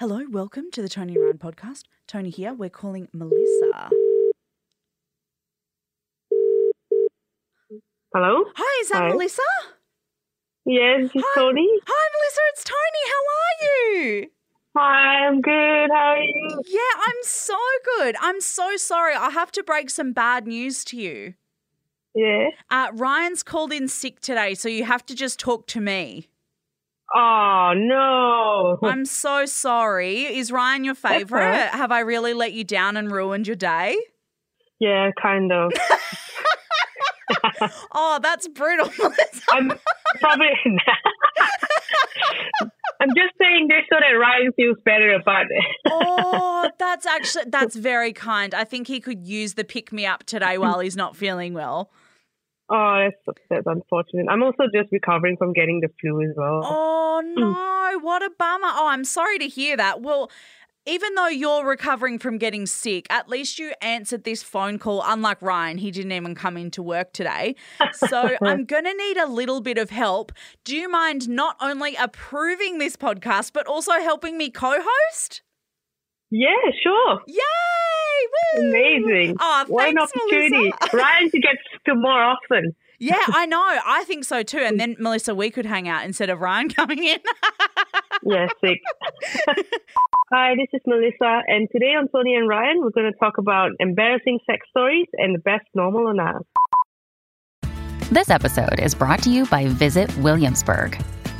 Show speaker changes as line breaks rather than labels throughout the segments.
Hello, welcome to the Tony Ryan podcast. Tony here. We're calling Melissa.
Hello?
Hi, is that
Hi.
Melissa?
Yes, this is
Hi.
Tony.
Hi, Melissa. It's Tony. How are you?
Hi, I'm good. How are you?
Yeah, I'm so good. I'm so sorry. I have to break some bad news to you.
Yeah.
Uh, Ryan's called in sick today, so you have to just talk to me.
Oh, no.
I'm so sorry. Is Ryan your
all
favourite?
right.
Have I really let you down and ruined your day?
yeah, kind of.
Oh, that's brutal, Melissa.
I'm probably. I'm just saying this so that Ryan feels better about it.
oh, that's actually that's very kind. I think he could use the pick me up today while he's not feeling well.
Oh, that's, that's unfortunate. I'm also just recovering from getting the flu as well.
Oh
Mm.
no, what a bummer. Oh, I'm sorry to hear that. Well, even though you're recovering from getting sick, at least you answered this phone call. Unlike Ryan, he didn't even come into work today. So I'm going to need a little bit of help. Do you mind not only approving this podcast, but also helping me co host?
Yeah, sure.
Yay! Woo!
Amazing.
Oh,
what an
thanks,
opportunity.
Melissa.
Ryan should get to more often.
Yeah, I know. I think so too. And then, Melissa, we could hang out instead of Ryan coming in.
Yeah, sick. Hi, this is Melissa, and today on Tony and Ryan, we're going to talk about embarrassing sex stories and the best normal on us.
This episode is brought to you by Visit Williamsburg.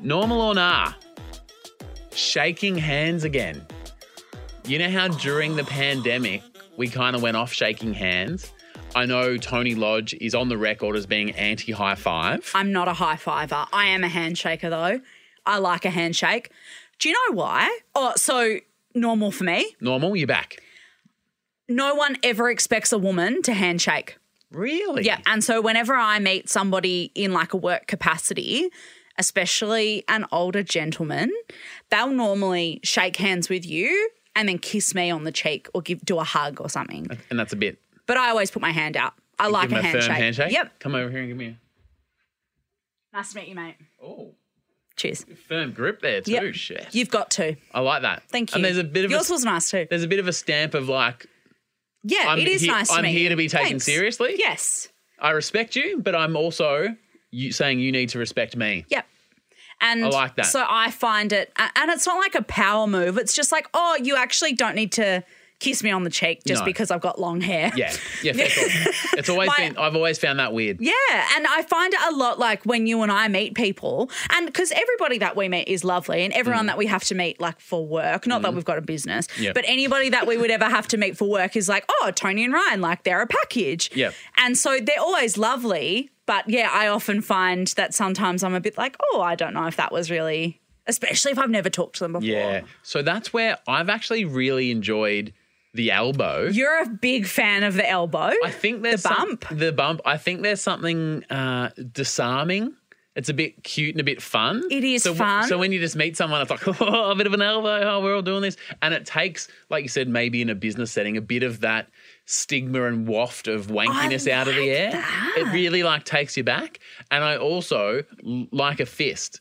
Normal or nah? Shaking hands again. You know how during the pandemic we kind of went off shaking hands? I know Tony Lodge is on the record as being anti high five.
I'm not a high fiver. I am a handshaker though. I like a handshake. Do you know why? Oh, so normal for me.
Normal, you're back.
No one ever expects a woman to handshake.
Really?
Yeah. And so whenever I meet somebody in like a work capacity, especially an older gentleman, they'll normally shake hands with you and then kiss me on the cheek or give do a hug or something.
And that's a bit.
But I always put my hand out. I like
give
a
him
handshake.
firm handshake.
Yep.
Come over here and give me
Nice to meet you, mate.
a. Oh,
Cheers.
firm grip there too.
Yep.
Shit.
You've got to.
I like that.
Thank you.
And there's a bit of
yours
a,
was nice too.
there's a bit of a stamp of like
Yeah,
I'm
it is
he-
nice. To
I'm
me.
here to be taken
Thanks.
seriously.
Yes.
I respect you, but I'm also you saying you need to respect me.
Yep. And
I like that.
So I find it, a- and it's not like a power move. It's just like, oh, you actually don't need to kiss me on the cheek just
No.
because I've got long hair.
Yeah, yeah, fair call. It's always
My-
been. I've always found that weird.
Yeah, and I find it a lot like when you and I meet people, and because everybody that we meet is lovely, and everyone that we have to meet like for work, not that we've got a business,
Mm. Yeah.
but anybody that we would ever have to meet for work is like, oh, Tony and Ryan, like they're a package.
Yeah.
and so they're always lovely, but yeah, I often find that sometimes I'm a bit like, oh, I don't know if that was really, especially if I've never talked to them before.
Yeah, so that's where I've actually really enjoyed the elbow.
you're a big fan of the elbow.
I think there's
the
some-
bump.
the bump. I think there's something uh, disarming. It's a bit cute and a bit fun.
It is
so, w-
fun.
So when you just meet someone, it's like oh, a bit of an elbow. Oh, we're all doing this, and it takes, like you said, maybe in a business setting, a bit of that stigma and waft of wankiness out of the air. It really like takes you back, and I also l- like a fist.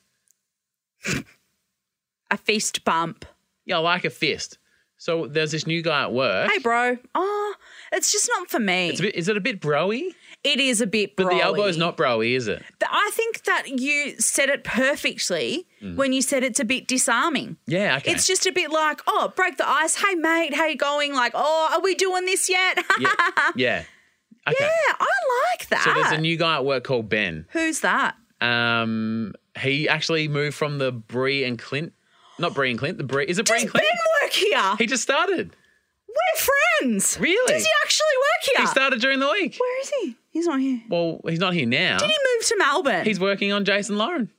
a feast bump.
Yeah, I like a fist. So there's this new guy at work.
Hey, bro. Oh, it's just not for me.
It's a bit, is it a bit broy?
It is a bit,
But the elbow
broy.
is not broy, is it?
Th- I think that you said it perfectly when you said it's a bit disarming.
Yeah, Mm. okay.
It's just a bit like, oh, break the ice. Hey, mate, how you going? Like, oh, are we doing this yet?
yeah, yeah. Okay.
Yeah, Ah. I like that.
So there's a new guy at work called Ben.
Who's that?
Um, he actually moved from the Bree and Clint, not Bree and Clint. The Bree is it Bree
Does
and
Ben
Clint?
work here?
He just started.
We're friends.
Really?
Does he actually work
He
here?
started during the week.
Where is he? He's not here.
Well, he's not here now.
He moved to Melbourne.
He's working on Jason Lauren.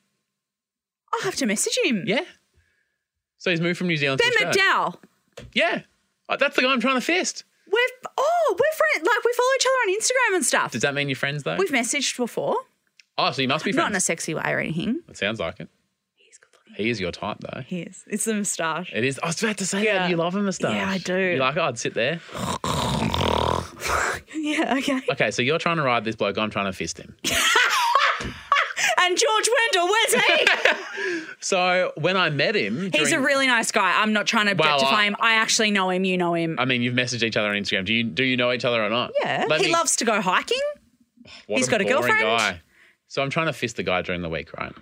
I'll have to message him.
Yeah. So he's moved from New Zealand
Ben
to Australia.
McDowell.
Yeah. Uh, That's the guy I'm trying to fist.
We're oh, we're friends. Like we follow each other on Instagram and stuff.
Does that mean you're friends though?
We've messaged before,
oh, so you must be
not in a
friends.
sexy way or anything.
It sounds like it.
He's good looking.
He is your type though.
He is. It's the moustache.
It is. I was about to say
Yeah.
that. You love a moustache.
Yeah, I do.
You're like, oh, I'd sit there.
Yeah. Okay.
Okay, so you're trying to ride this bloke. I'm trying to fist him.
And George Wendell, where's he?
So when I met him,
He's a
during-
really nice guy. I'm not trying to
Well, uh,
objectify
I-
him. I actually know him. You know him.
I mean, you've messaged each other on Instagram. Do you do you know each other or not?
yeah.
Let
he
me-
loves to go hiking.
What
He's got a
boring
girlfriend.
Guy. So I'm trying to fist the guy during the week, right?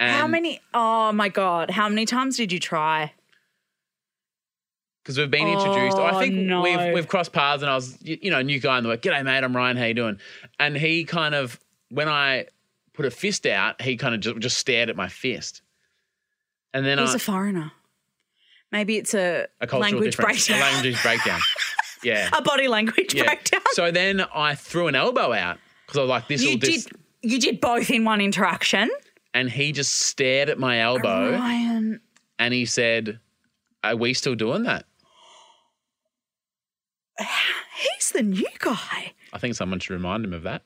And
how many? Oh my god! How many times did you try?
Because we've been introduced. I
Oh,
think
no.
we've we've crossed paths, and I was you, you know new guy in the work. G'day, mate. I'm Ryan. How you doing? And he kind of when I put a fist out, he kind of just, just stared at my fist. And then
He's
I,
a foreigner. Maybe it's a,
a cultural
language
difference,
breakdown.
a language breakdown. Yeah,
a body language
yeah.
breakdown.
So then I threw an elbow out because I was like, "This will
You
dis-"
did. You did both in one interaction.
And he just stared at my elbow,
Ryan.
and he said, "Are we still doing that?"
He's the new guy.
I think someone should remind him of that.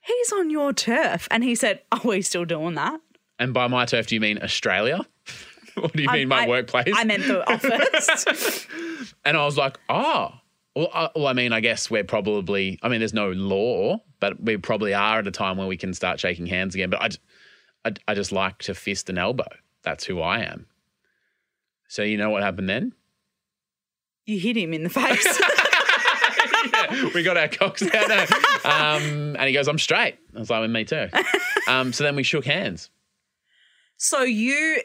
He's on your turf. And he said, Are we still doing that?
And by my turf, do you mean Australia? or do you mean my
I-
workplace?
I meant the office.
and I was like, oh, well I, well, I mean, I guess we're probably, I mean, there's no law, but we probably are at a time where we can start shaking hands again. But I, j- I, I just like to fist an elbow. That's who I am. So you know what happened then?
you hit him in the face.
we got our cocks out. No. Um, and he goes, I'm straight. I was like, me too. Um, so then we shook hands.
so you,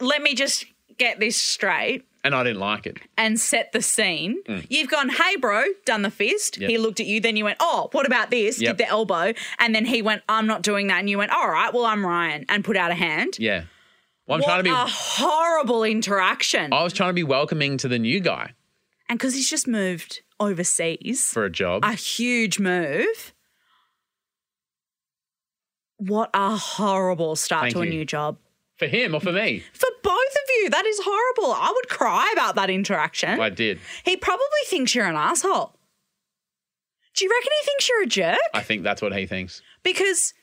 let me just get this straight
And I didn't like it.
and set the scene. You've gone, Hey, bro, done the fist.
Mm. Yep.
He looked at you. Then you went, Oh, what about this?
Yep.
Did the elbow. And then he went, I'm not doing that. And you went, All right, well, I'm Ryan. And put out a hand.
Yeah. Well, I'm
what
trying to be. Oh.
a horrible interaction.
I was trying to be welcoming to the new guy
And because he's just moved overseas.
for a job.
a huge move. What a horrible start
Thank
to a
you.
new job.
for him or for me?
For both of you, that is horrible. I would cry about that interaction.
I did.
He probably thinks you're an asshole. Do you reckon he thinks you're a jerk?
I think that's what he thinks.
Because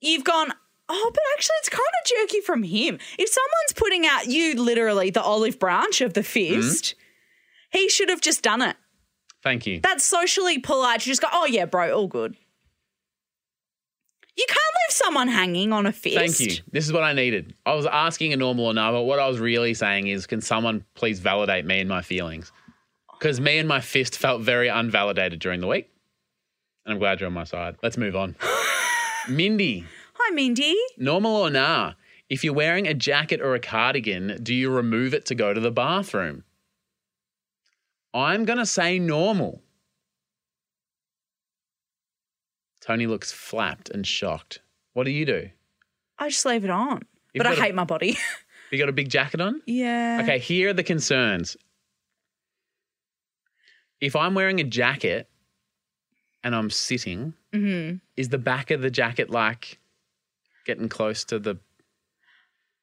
you've gone, oh, but actually, it's kind of jerky from him. If someone's putting out you literally the olive branch of the
Hmm?
fist, he should have just done it.
Thank you.
That's socially polite to just go, oh, yeah, bro, all good. You can't leave someone hanging on a fist.
Thank you. This is what I needed. I was asking a normal or no, but what I was really saying is, can someone please validate me and my feelings? Because me and my fist felt very unvalidated during the week. And I'm glad you're on my side. Let's move on. Mindy,
Hi, Mindy.
normal or nah, if you're wearing a jacket or a cardigan, do you remove it to go to the bathroom? I'm going to say normal. Tony looks flapped and shocked. What do you do?
I just leave it on.
You've
but I
got a-
hate my body.
You got a big jacket on?
yeah.
Okay, here are the concerns. If I'm wearing a jacket and I'm sitting,
hmm
is the back of the jacket like getting close to the.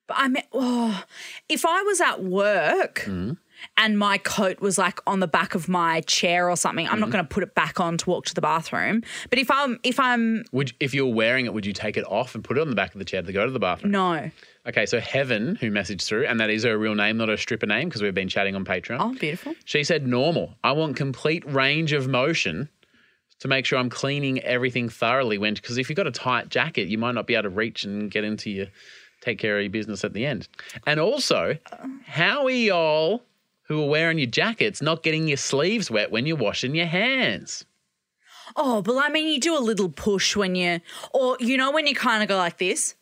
But I mean, oh, if I was at work
Mm-hmm.
and my coat was like on the back of my chair or something, I'm not
Mm-hmm.
going to put it back on to walk to the bathroom. But if I'm, if I'm,
Would if you're wearing it, would you take it off and put it on the back of the chair to go to the bathroom?
no,
Okay, so Heaven, who messaged through, and that is her real name, not her stripper name, because we've been chatting on Patreon.
oh, beautiful.
She said, normal. I want complete range of motion to make sure I'm cleaning everything thoroughly. When Because if you've got a tight jacket, you might not be able to reach and get into your take care of your business at the end. And also, how are y'all who are wearing your jackets not getting your sleeves wet when you're washing your hands?
Oh, but I mean, you do a little push when you, or you know, when you kind of go like this.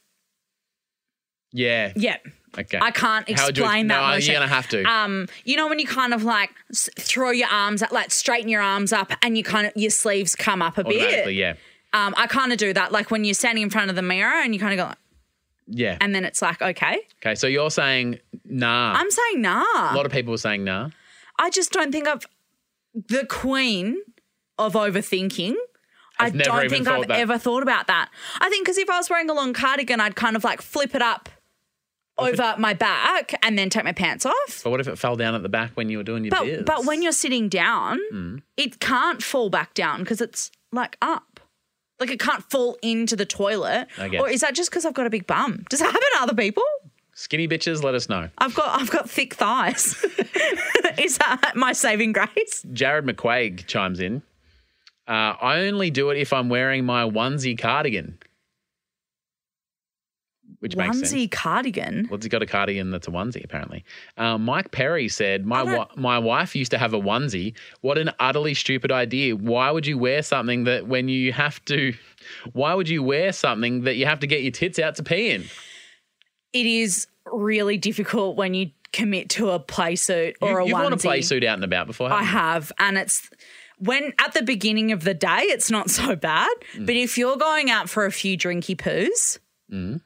Yeah.
Yep.
Okay.
I can't
How would you-
explain that
No,
motion.
you're going to have to.
um, you know when you kind of like s- throw your arms up, like straighten your arms up, and you kind of your sleeves come up a bit.
Automatically, yeah.
Um, I kind of do that, like when you're standing in front of the mirror and you kind of go, like,
Yeah.
and then it's like, okay,
okay, so you're saying nah.
I'm saying nah.
a lot of people were saying nah.
I just don't think I've the queen of overthinking. I
I've never
don't
even
think
thought
I've
that.
ever thought about that. I think because if I was wearing a long cardigan, I'd kind of like flip it up over my back and then take my pants off.
But what if it fell down at the back when you were doing your
But
biz?
but when you're sitting down,
Mm.
it can't fall back down because it's like up. Like it can't fall into the toilet.
I get
Or
it.
is that just because I've got a big bum? Does that happen to other people?
skinny bitches, let us know.
I've got I've got thick thighs. is that my saving grace?
Jared McQuaig chimes in. Uh, I only do it if I'm wearing my onesie cardigan, which makes sense.
Onesie cardigan.
Well, he's got a cardigan that's a onesie, apparently. Uh, Mike Perry said, my,
I don't-
wi- my wife used to have a onesie. What an utterly stupid idea. Why would you wear something that when you have to, why would you wear something that you have to get your tits out to pee in?
It is really difficult when you commit to a play suit or
you,
a
you've
onesie.
worn a play suit out and about before,
I
haven't you?
have, and it's when at the beginning of the day, it's not so bad.
Mm.
But if you're going out for a few drinky poos,
Mm.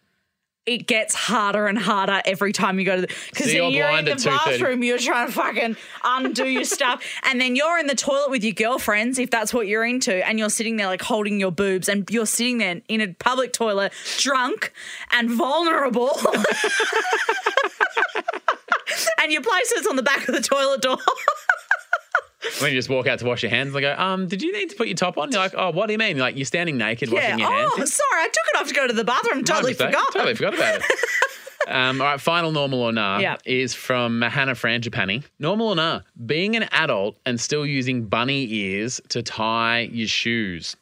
it gets harder and harder every time you go to the because
So you're
you're in
blind
the
at 2:30.
bathroom, you're trying to fucking undo your stuff, and then you're in the toilet with your girlfriends if that's what you're into, and you're sitting there like holding your boobs, and you're sitting there in a public toilet, drunk and vulnerable. And your place is on the back of the toilet door.
When you just walk out to wash your hands and they go, um, did you need to put your top on? You're like, oh, what do you mean? Like, you're standing naked washing your hands.
oh, sorry, I took it off to go to the bathroom.
My
Totally
mistake.
forgot.
Totally forgot about it. Um, all right, final normal or nah
Yeah.
is from Hannah Frangipani. Normal or nah, being an adult and still using bunny ears to tie your shoes.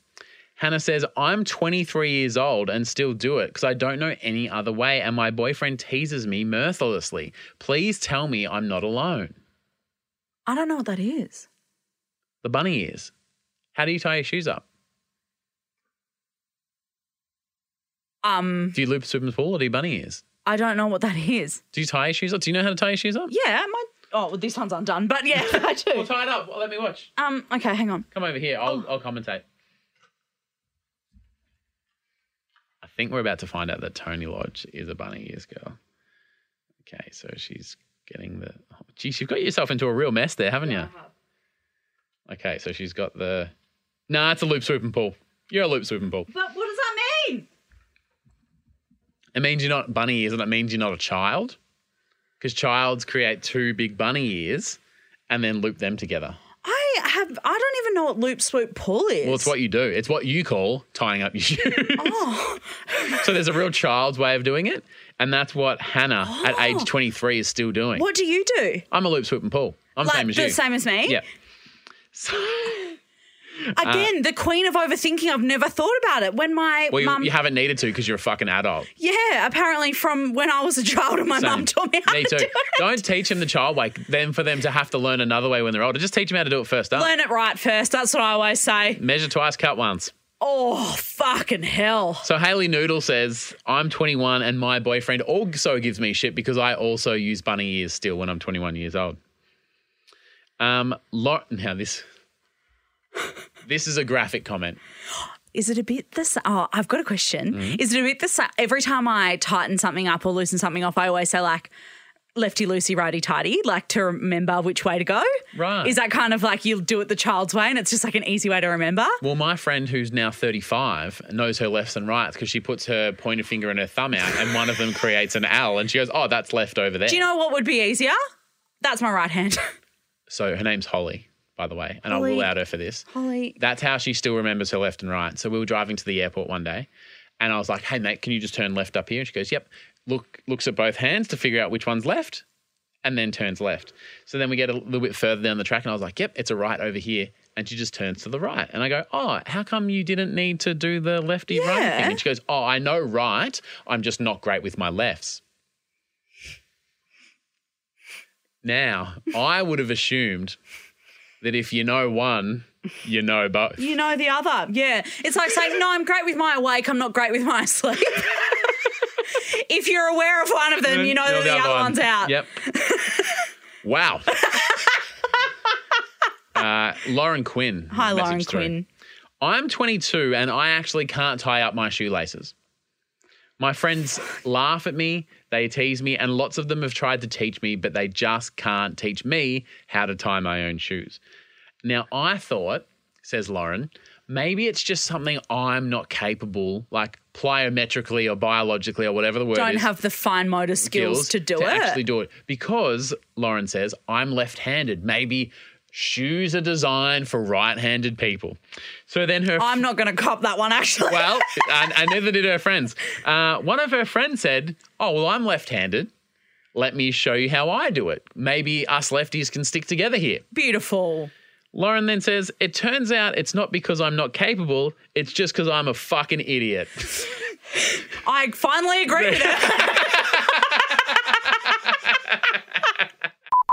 Hannah says, I'm 23 years old and still do it because I don't know any other way, and my boyfriend teases me mercilessly. Please tell me I'm not alone.
I don't know what that is.
The bunny ears. How do you tie your shoes up?
Um,
Do you loop, swim, and pull, or do you bunny ears?
I don't know what that is.
Do you tie your shoes up? Do you know how to tie your shoes up?
Yeah, my oh, well, this one's undone, but yeah, I
Well,
do.
tie it up. Well, let me watch.
Um, okay, hang on.
Come over here. I'll, I'll commentate. I think we're about to find out that Tony Lodge is a bunny ears girl. Okay, so she's getting the. Oh, geez, you've got yourself into a real mess there, haven't you? Okay, so she's got the. Nah, it's a loop, swoop, and pull. You're a loop, swoop, and pull.
But what does that mean?
It means you're not bunny ears, and it means you're not a child, because childs create two big bunny ears, and then loop them together.
I have. I don't even know what loop swoop pull is.
Well, it's what you do. It's what you call tying up your shoes.
Oh,
So there's a real child's way of doing it, and that's what Hannah at age 23 is still doing.
Oh. what do you do?
I'm a loop, swoop, and pull. I'm the
like
same as
the
you.
same as me.
Yeah. uh, So,
Again, the queen of overthinking. I've never thought about it. When my
well, you,
mum,
you haven't needed to because you're a fucking adult.
yeah, apparently from when I was a child, and my
Same.
mum taught me how
Me
to
too.
do it.
Don't teach them the child way, then for them to have to learn another way when they're older. Just teach them how to do it first up.
Learn it right first. That's what I always say.
Measure twice, cut once.
Oh, fucking hell.
So Haley Noodle says, I'm 21 and my boyfriend also gives me shit because I also use bunny ears still when I'm 21 years old. Um, Lau- now this this is a graphic comment.
Is it a bit the same? Oh, I've got a question. Is it a bit the same? Every time I tighten something up or loosen something off, I always say, like, lefty loosey, righty tighty, like to remember which way to go.
Right.
Is that kind of like you'll do it the child's way and it's just like an easy way to remember?
Well, my friend who's now 35 knows her lefts and rights because she puts her pointer finger and her thumb out, and one of them creates an L, and she goes, "Oh, that's left over there."
Do you know what would be easier? That's my right hand.
so her name's Holly, by the way, and I
Holly.
will out her for this.
Holly.
That's how she still remembers her left and right. So we were driving to the airport one day, and I was like, "Hey, mate, can you just turn left up here?" And she goes, "Yep." Look, looks at both hands to figure out which one's left, and then turns left. So then we get a little bit further down the track, and I was like, "Yep, it's a right over here." And she just turns to the right, and I go, "Oh, how come you didn't need to do the lefty right
Yeah.
thing?" And she goes, "Oh, I know right. I'm just not great with my lefts." Now, I would have assumed that if you know one, you know both.
You know the other. Yeah. It's like saying, no, I'm great with my awake, I'm not great with my sleep. if you're aware of one of them, you know that the other one's out.
Yep. wow. uh, Lauren Quinn.
Hi,
messaged
Lauren
through.
Quinn.
I'm 22 and I actually can't tie up my shoelaces. My friends laugh at me, they tease me, and lots of them have tried to teach me, but they just can't teach me how to tie my own shoes. Now, I thought, says Lauren, maybe it's just something I'm not capable, like plyometrically or biologically or whatever the word
Don't
is,
have the fine motor skills, to do it.
actually do it. Because Lauren says, I'm left handed. Maybe shoes are designed for right handed people. So then her
I'm not going to cop that one, actually.
well, and, and neither did her friends. Uh, one of her friends said, Oh, well, I'm left handed. Let me show you how I do it. Maybe us lefties can stick together here.
Beautiful.
Lauren then says, It turns out it's not because I'm not capable, it's just because I'm a fucking idiot.
I finally agree with it.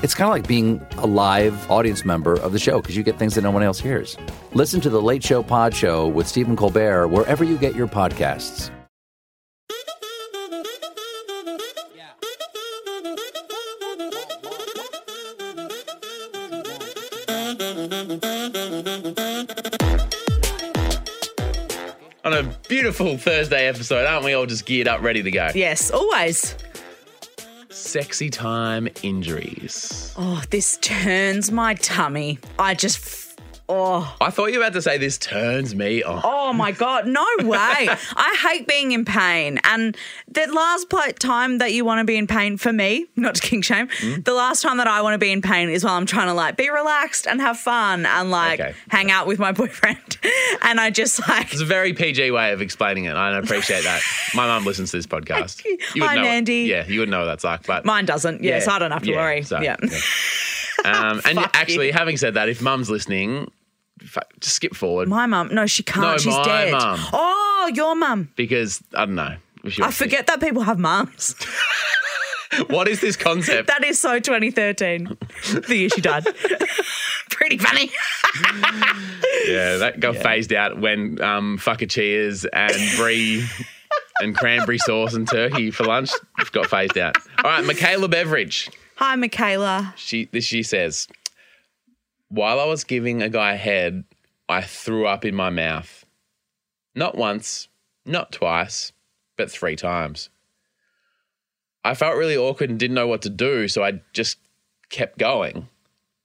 It's kind of like being a live audience member of the show because you get things that no one else hears. Listen to The Late Show Pod Show with Stephen Colbert wherever you get your podcasts.
On a beautiful Thursday episode, aren't we all just geared up, ready to go?
Yes, always.
Sexy time injuries.
Oh, this turns my tummy. I just. F- oh.
I thought you were about to say this turns me on.
Oh my God, no way. I hate being in pain. And the last pl- time that you want to be in pain, for me, not to king shame,
Hmm?
the last time that I want to be in pain is while I'm trying to like be relaxed and have fun and like
Okay.
hang out with my boyfriend. and I just like,
It's a very PG way of explaining it. and I appreciate that. My mum listens to this podcast. You would
Hi,
know it.
Mandy.
Yeah, you would know what that's like. But
mine doesn't. Yes, I don't have to
yeah,
worry.
so,
yeah.
Um, and
Fuck
actually, having said that, if mum's listening, fu- just skip forward
My mum. No, she can't.
No,
She's
my
dead.
mum.
Oh, your mum.
because I don't know. if you
I
want to-
forget that people have mums.
What is this concept?
That is so 2013. the year she died. Pretty funny.
yeah, that got phased out when um, fuckachias and brie and cranberry sauce and turkey for lunch got phased out. All right, Michaela Beveridge.
Hi, Michaela.
She this she says, while I was giving a guy head, I threw up in my mouth. Not once, not twice, but three times. I felt really awkward and didn't know what to do, so I just kept going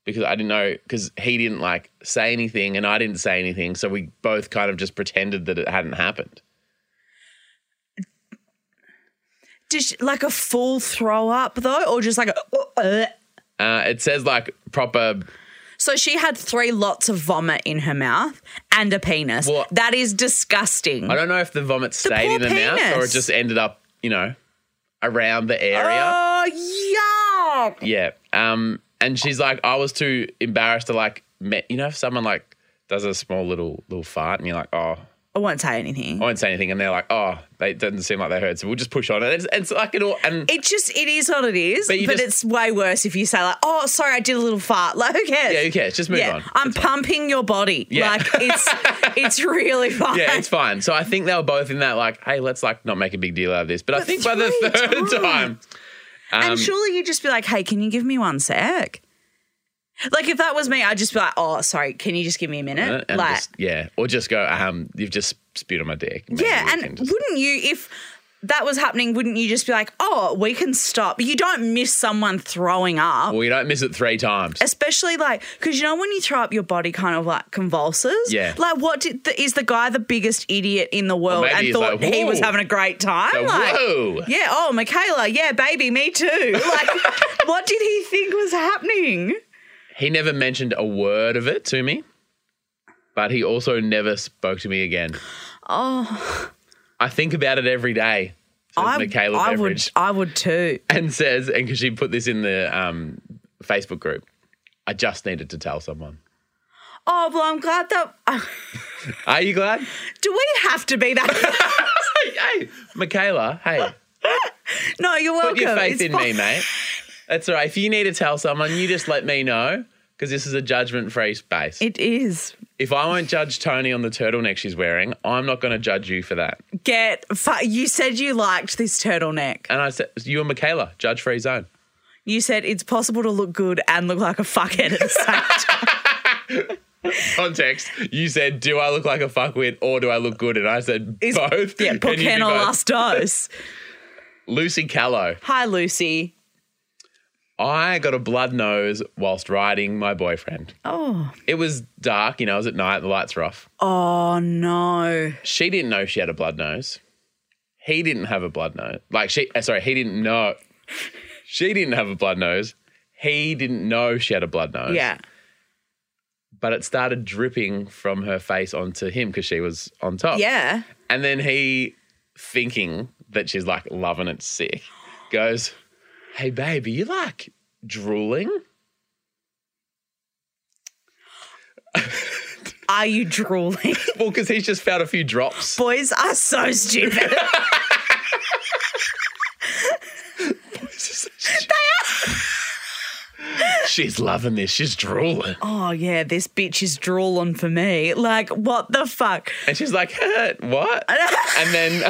because I didn't know because he didn't like say anything and I didn't say anything, so we both kind of just pretended that it hadn't happened.
Did she, like a full throw up though, or just like a. uh,
Uh, it says like proper
So she had three lots of vomit in her mouth and a penis.
Well-
that is disgusting.
I don't know if the vomit stayed
poor
in the mouth or it
penis.
just ended up, you know, around the area.
Oh, yuck.
Yeah. Um, and she's like, I was too embarrassed to like, me- you know, if someone like does a small little little fart and you're like, oh,
I won't say anything.
I won't say anything, and they're like, oh, they didn't seem like they heard, so we'll just push on. And it's, it's like an all, and
It just it is what it is,
But
but,
you just-
it's way worse if you say like, "Oh, sorry, I did a little fart." Like, who cares?
Yeah, who cares? Just move on.
I'm pumping your body.
Yeah.
Like, it's it's really fine.
yeah, it's fine. So I think they were both in that like, hey, let's like not make a big deal out of this. But, I think by the
three
third
times.
time, Um,
and surely you'd just be like, "Hey, can you give me one sec?" Like, if that was me, I'd just be like, "Oh, sorry, can you just give me a minute?"
Uh, and
like,
just, yeah, or just go, um, you've just spewed on my dick. Maybe we
yeah,
can
and
just-
wouldn't you if that was happening? Wouldn't you just be like, "Oh, we can stop"? You don't miss someone throwing up.
well, you don't miss it three times.
especially like because you know when you throw up your body kind of like convulses
Yeah.
like what did the, is the guy the biggest idiot in the world
maybe
and
he's
thought
like,
he was
"Whoa."
having a great time
So,
like
whoa.
yeah oh michaela yeah baby me too like what did he think was happening
He never mentioned a word of it to me, but he also never spoke to me again. Oh. I think about it every day. Says
I,
Michaela
I would,
Beveridge.
I would too.
and says, and because she put this in the um, Facebook group, I just needed to tell someone.
Oh well, I'm glad that. uh,
Are you glad?
Do we have to be that?
hey, Michaela, hey,
no, you're welcome.
put your faith
It's
in me,
fine.
mate. That's all right. If you need to tell someone, you just let me know because this is a judgment free space.
It is.
if I won't judge Tony on the turtleneck she's wearing, I'm not going to judge you for that.
Get. Fu- you said you liked this turtleneck.
And I said, you and Michaela, judge free zone.
You said it's possible to look good and look like a fuckhead at the same time.
Context, you said, do I look like a fuckwit or do I look good? And I said,
It's-
both.
Yeah,
And you did
Pocan or
both.
last dose.
Lucy Callow.
Hi, Lucy.
I got a blood nose whilst riding my boyfriend.
Oh.
It was dark, you know, it was at night, the lights were off.
Oh no.
She didn't know she had a blood nose. He didn't have a blood nose. Like she uh, sorry, he didn't know. She didn't have a blood nose. He didn't know she had a blood nose.
Yeah.
But it started dripping from her face onto him because she was on top.
Yeah.
And then he, thinking that she's like loving it sick, goes, Hey, baby, you like drooling?
Are you drooling?
Well, because he's just found a few drops.
Boys are so stupid.
She's loving this. She's drooling.
oh yeah, this bitch is drooling for me. Like, what the fuck?
And she's like, "Huh, what? And then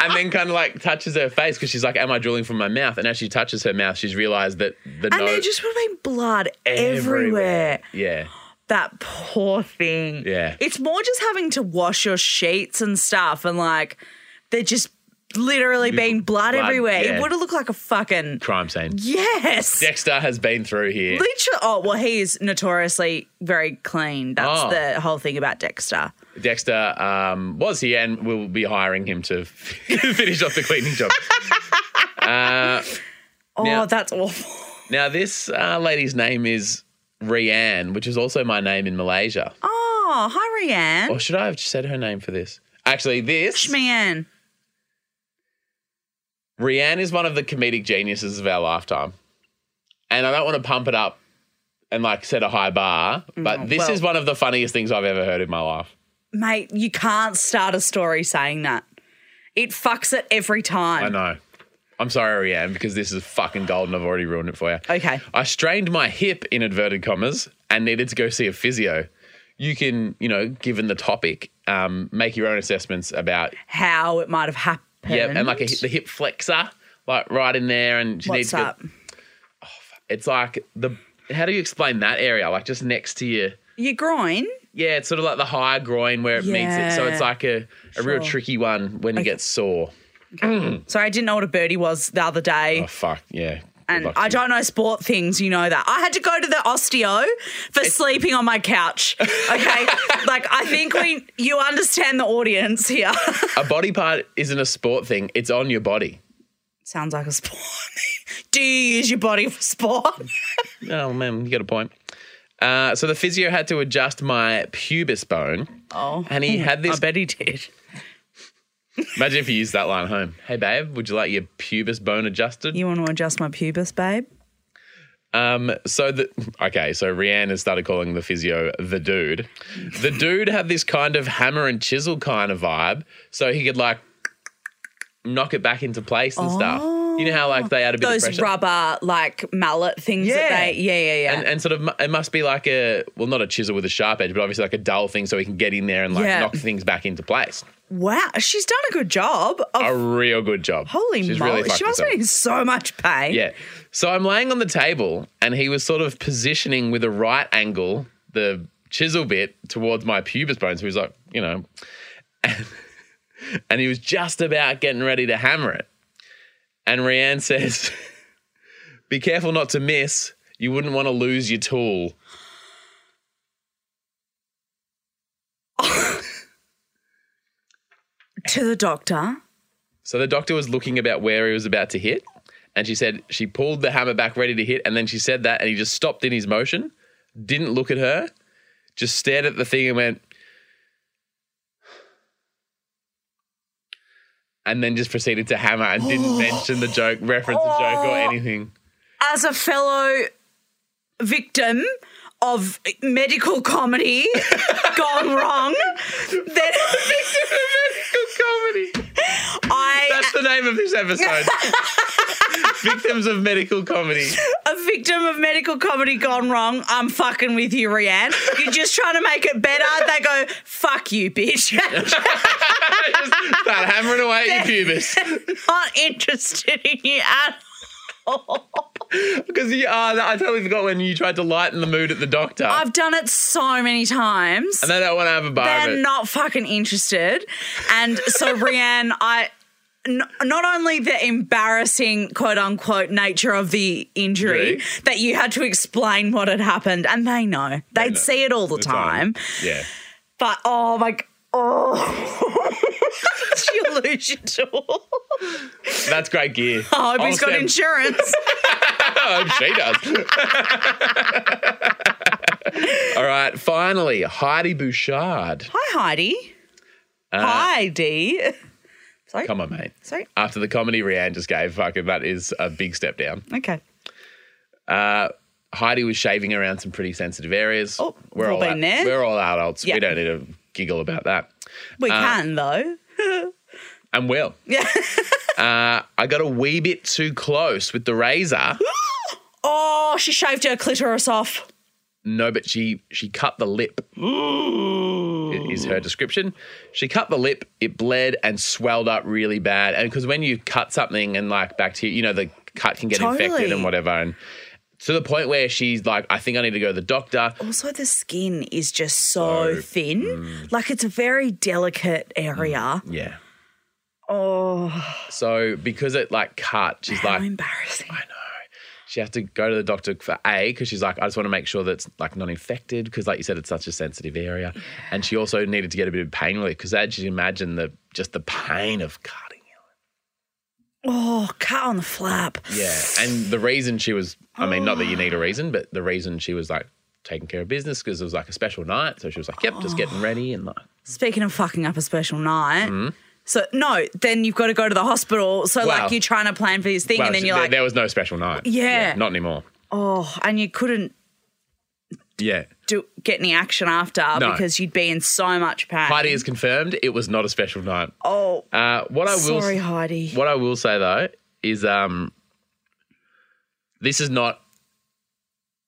and then kind of like touches her face because she's like, Am I drooling from my mouth? And as she touches her mouth, she's realized that the
And there
nose
just would have been blood everywhere.
Yeah.
That poor thing.
Yeah.
It's more just having to wash your sheets and stuff and like they're just literally being blood,
blood,
everywhere.
yeah.
It would have looked like a fucking
Crime scene.
Yes.
Dexter has been through here.
Literally, oh well, he is notoriously very clean. That's
Oh.
the whole thing about Dexter.
Dexter um, was here, and we'll be hiring him to finish off the cleaning job. Uh,
Oh,
Now-
that's awful.
now, this uh, lady's name is Rianne, which is also my name in Malaysia.
Oh, hi,
Or
Rianne.
should I have said her name for this? Actually, this
Shmian.
Rianne is one of the comedic geniuses of our lifetime. And I don't want to pump it up and like set a high bar, but
No,
this
Mm, well-
is one of the funniest things I've ever heard in my life.
Mate, you can't start a story saying that. It fucks it every time.
I know. I'm sorry, Rianne, because this is fucking gold and I've already ruined it for you.
Okay.
I strained my hip in inverted commas and needed to go see a physio. You can, you know, given the topic, um, make your own assessments about
How it might have happened.
yeah, and like a, hip- the hip flexor, like right in there, and she needs
What's
to. go-
up?
It's like the how do you explain that area? Like just next to your
Your groin.
yeah, it's sort of like the higher groin where it meets it. So
Yeah.
it's like a, a real
Sure.
tricky one when you get sore.
Sorry, I didn't know what a birdie was the other day.
Oh fuck yeah. Good
and
luck to
I
you.
don't know sport things, you know that. I had to go to the osteo for sleeping on my couch. Okay. like I think we you understand the audience here.
A body part isn't a sport thing. It's on your body.
Sounds like a sport. Do you use your body for sport?
Oh man, you got a point. Uh, so the physio had to adjust my pubis bone.
Oh.
And he had this.
I bet he did.
Imagine if you used that line home. Hey babe, would you like your pubis bone adjusted?
You want to adjust my pubis, babe?
Um, so the okay, so Rianne has started calling the physio the dude. The dude had this kind of hammer and chisel kind of vibe, so he could like knock it back into place and stuff. You know how like they add a bit of
Those
pressure.
rubber like mallet things that
Yeah.
they Yeah, yeah, yeah.
and, uh, and sort of, mu- it must be like a well, not a chisel with a sharp edge, but obviously like a dull thing, so he can get in there and like
Yeah.
knock things back into place.
wow, she's done a good job. Of,
A real good job.
holy
She's
moly.
really fucked
she must
herself.
be in so much pain.
Yeah. So I'm laying on the table and he was sort of positioning with a right angle the chisel bit towards my pubis bones. He was like, you know, and, and he was just about getting ready to hammer it. And Rianne says, be careful not to miss. You wouldn't want to lose your tool.
To the doctor.
So the doctor was looking about where he was about to hit. And she said she pulled the hammer back ready to hit. And then she said that and he just stopped in his motion, didn't look at her, just stared at the thing and went, and then just proceeded to hammer and didn't mention the joke, reference the joke, or anything.
As a fellow victim of medical comedy gone wrong, then
Medical comedy.
I,
That's the name of this episode. Victims of medical comedy.
a victim of medical comedy gone wrong, I'm fucking with you, Rianne. You're just trying to make it better. They go, fuck you, bitch.
Just start hammering away at your pubis.
Not interested in you at
Because you, uh, I totally forgot when you tried to lighten the mood at the doctor.
I've done it so many times.
and they don't want to have a bar of
They're
it.
not fucking interested. And so, Rianne, I. n- Not only the embarrassing quote unquote nature of the injury
Injury.
that you had to explain what had happened, and they know they'd
know.
see it all the,
The
time.
Yeah.
But oh my, g- oh, it's delusional.
That's great gear.
I hope he's Oh, got
Honestly,
insurance.
I hope she does. All right. Finally, Heidi Bouchard.
Hi, Heidi. Heidi. Sorry.
Uh, Come on, mate.
Sorry.
After the comedy Rianne just gave, fucking, that is a big step down.
Okay.
Heidi was shaving around some pretty sensitive areas.
Oh, we've all been there.
ad- We're all adults.
Yeah.
We don't need to giggle about that.
We
Uh,
can though.
And will.
Yeah.
Uh, I got a wee bit too close with the razor.
Oh, she shaved her clitoris off.
No, but she she cut the lip. i- Is her description. She cut the lip. It bled and swelled up really bad. And because when you cut something and like bacteria, you know the cut can get infected
Totally.
and whatever. And to the point where she's like, I think I need to go to the doctor.
Also, the skin is just so, thin.
mm.
Like it's a very delicate area.
Yeah.
Oh,
So because it like cut, she's
how
like,
embarrassing.
she has to go to the doctor for A because she's like, I just want to make sure that it's like not infected because, like you said, it's such a sensitive area. And she also needed to get a bit of pain relief because, as you imagine, the just the pain of cutting.
Oh, cut on the flap.
Yeah, and the reason she was, I mean, not that you need a reason, but the reason she was like taking care of business because it was like a special night, so she was like, yep, just getting
Oh.
ready and like.
Speaking of fucking up a special night.
Mm.
So, no, then you've got to go to the hospital. So,
Wow.
like, you're trying to plan for this thing,
Well,
and then
she-
you're
there,
like,
there was no special night.
Yeah.
not anymore.
oh, and you couldn't
Yeah,
do, get any action after
No.
because you'd be in so much pain.
Heidi is confirmed. It was not a special night.
Oh,
Uh, what I will
sorry, Heidi.
What I will say though is, um, this is not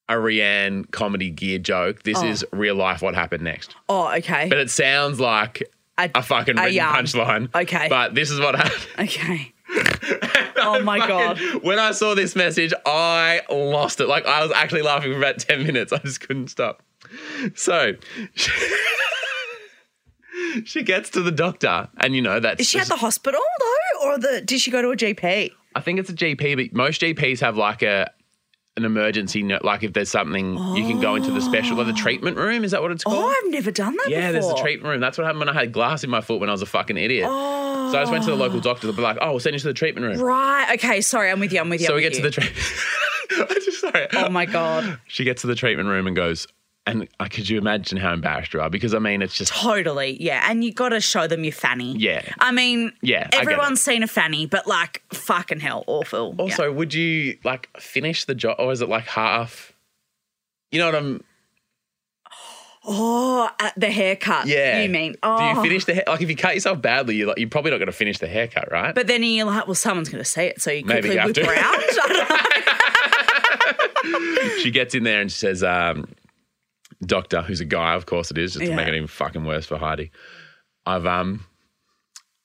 a Rianne comedy gear joke. This is real life. What happened next?
Oh, okay.
But it sounds like
A-
a, fucking
a
written
yarn.
punchline.
Okay.
but this is what happened.
okay. oh, my God.
When I saw this message, I lost it. Like I was actually laughing for about ten minutes. I just couldn't stop. So. She- She gets to the doctor, and you know that's
Is she at the hospital though, or the did she go to a GP?
I think it's a GP, but most GPs have like a an emergency, no- like if there's something, you can go into the special, like the treatment room. Is that what it's called?
Oh, I've never done that.
yeah,
before.
there's a treatment room. That's what happened when I had glass in my foot when I was a fuccking idiot. So I just went to the local doctor. They'll be like, "Oh, we'll send you to the treatment room."
Right. Okay. Sorry, I'm with you. I'm with you.
so
I'm
we
with
get to
you.
the treatment. I just sorry.
Oh my god.
She gets to the treatment room and goes, and uh, could you imagine how embarrassed you are? Because I mean, it's just
Totally. Yeah. And you got to show them your fanny.
Yeah.
I mean.
Yeah, I get it.
Everyone's seen a fanny, but like, fucking hell, awful. Yeah.
Also, would you like finish the job, or is it like half? You know what I'm?
Oh, at the haircut.
Yeah.
You mean?
Do
Oh.
you finish the hair? Like, if you cut yourself badly, you're, like, you're probably not going to finish the haircut, right?
But then you're like, well, someone's going to see it, so you
Maybe
quickly
you have
whip
to.
around. I don't know.
she gets in there and she says, um, Doctor, who's a guy, of course it is, just
Yeah.
to make it even fucking worse for Heidi. I've, um,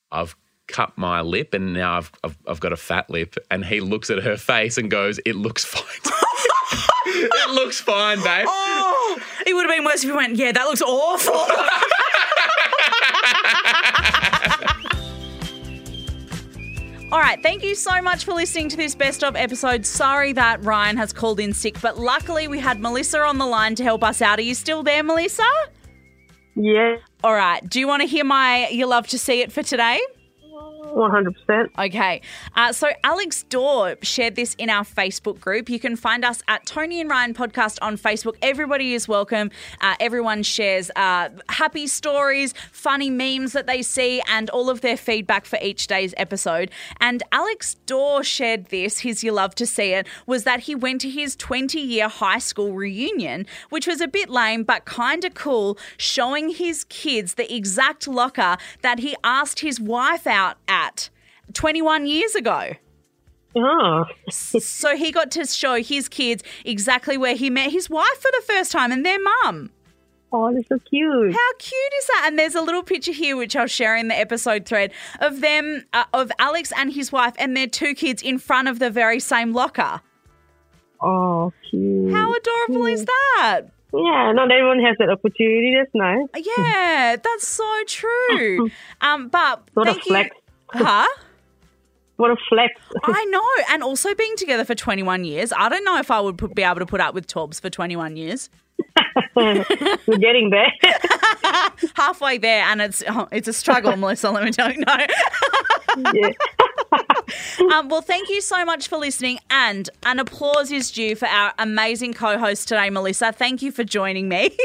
I've cut my lip and now I've, I've, I've got a fat lip. And he looks at her face and goes, It looks fine. it looks fine, babe.
Oh, it would have been worse if you went, yeah, that looks awful. All right, thank you so much for listening to this best of episode. Sorry that Ryan has called in sick, but luckily we had Melissa on the line to help us out. Are you still there, Melissa?
Yeah.
All right, do you want to hear my You Love to See It for today?
100%.
Okay. Uh, so Alex Dorr shared this in our Facebook group. You can find us at Tony and Ryan Podcast on Facebook. Everybody is welcome. Uh, everyone shares uh, happy stories, funny memes that they see, and all of their feedback for each day's episode. And Alex Dorr shared this, his You Love to See It, was that he went to his 20 year high school reunion, which was a bit lame, but kind of cool, showing his kids the exact locker that he asked his wife out at. 21 years ago.
Oh,
So he got to show his kids exactly where he met his wife for the first time and their mum.
oh, that's so cute.
How cute is that? And there's a little picture here, which I'll share in the episode thread, of them, uh, of Alex and his wife and their two kids in front of the very same locker.
Oh, cute.
How adorable
Mm.
is that?
yeah, not everyone has that opportunity. That's nice.
Yeah, that's so true. Um, but
What a
thank
flex.
you. Huh?
What a flex.
I know. And also being together for 21 years. I don't know if I would put, be able to put up with Torbs for 21 years.
We're getting there.
halfway there, and it's oh, it's a struggle, Melissa. Let me tell you. No.
yeah.
Um, well, thank you so much for listening, and an applause is due for our amazing co-host today, Melissa. Thank you for joining me.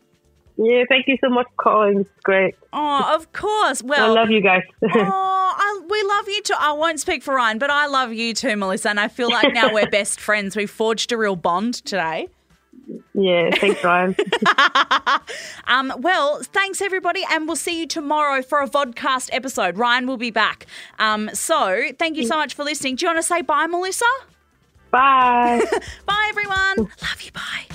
yeah, thank you so much for calling. It's great.
oh, of course.
I
Well.
love you guys.
Oh, I, we love you too. I won't speak for Ryan, but I love you too, Melissa. And I feel like now we're best friends. We forged a real bond today.
yeah, thanks, Ryan.
Um, well, thanks everybody, and we'll see you tomorrow for a vodcast episode. Ryan will be back. Um, so thank you so much for listening. Do you want to say bye, Melissa?
Bye.
Bye, everyone. Love you. Bye.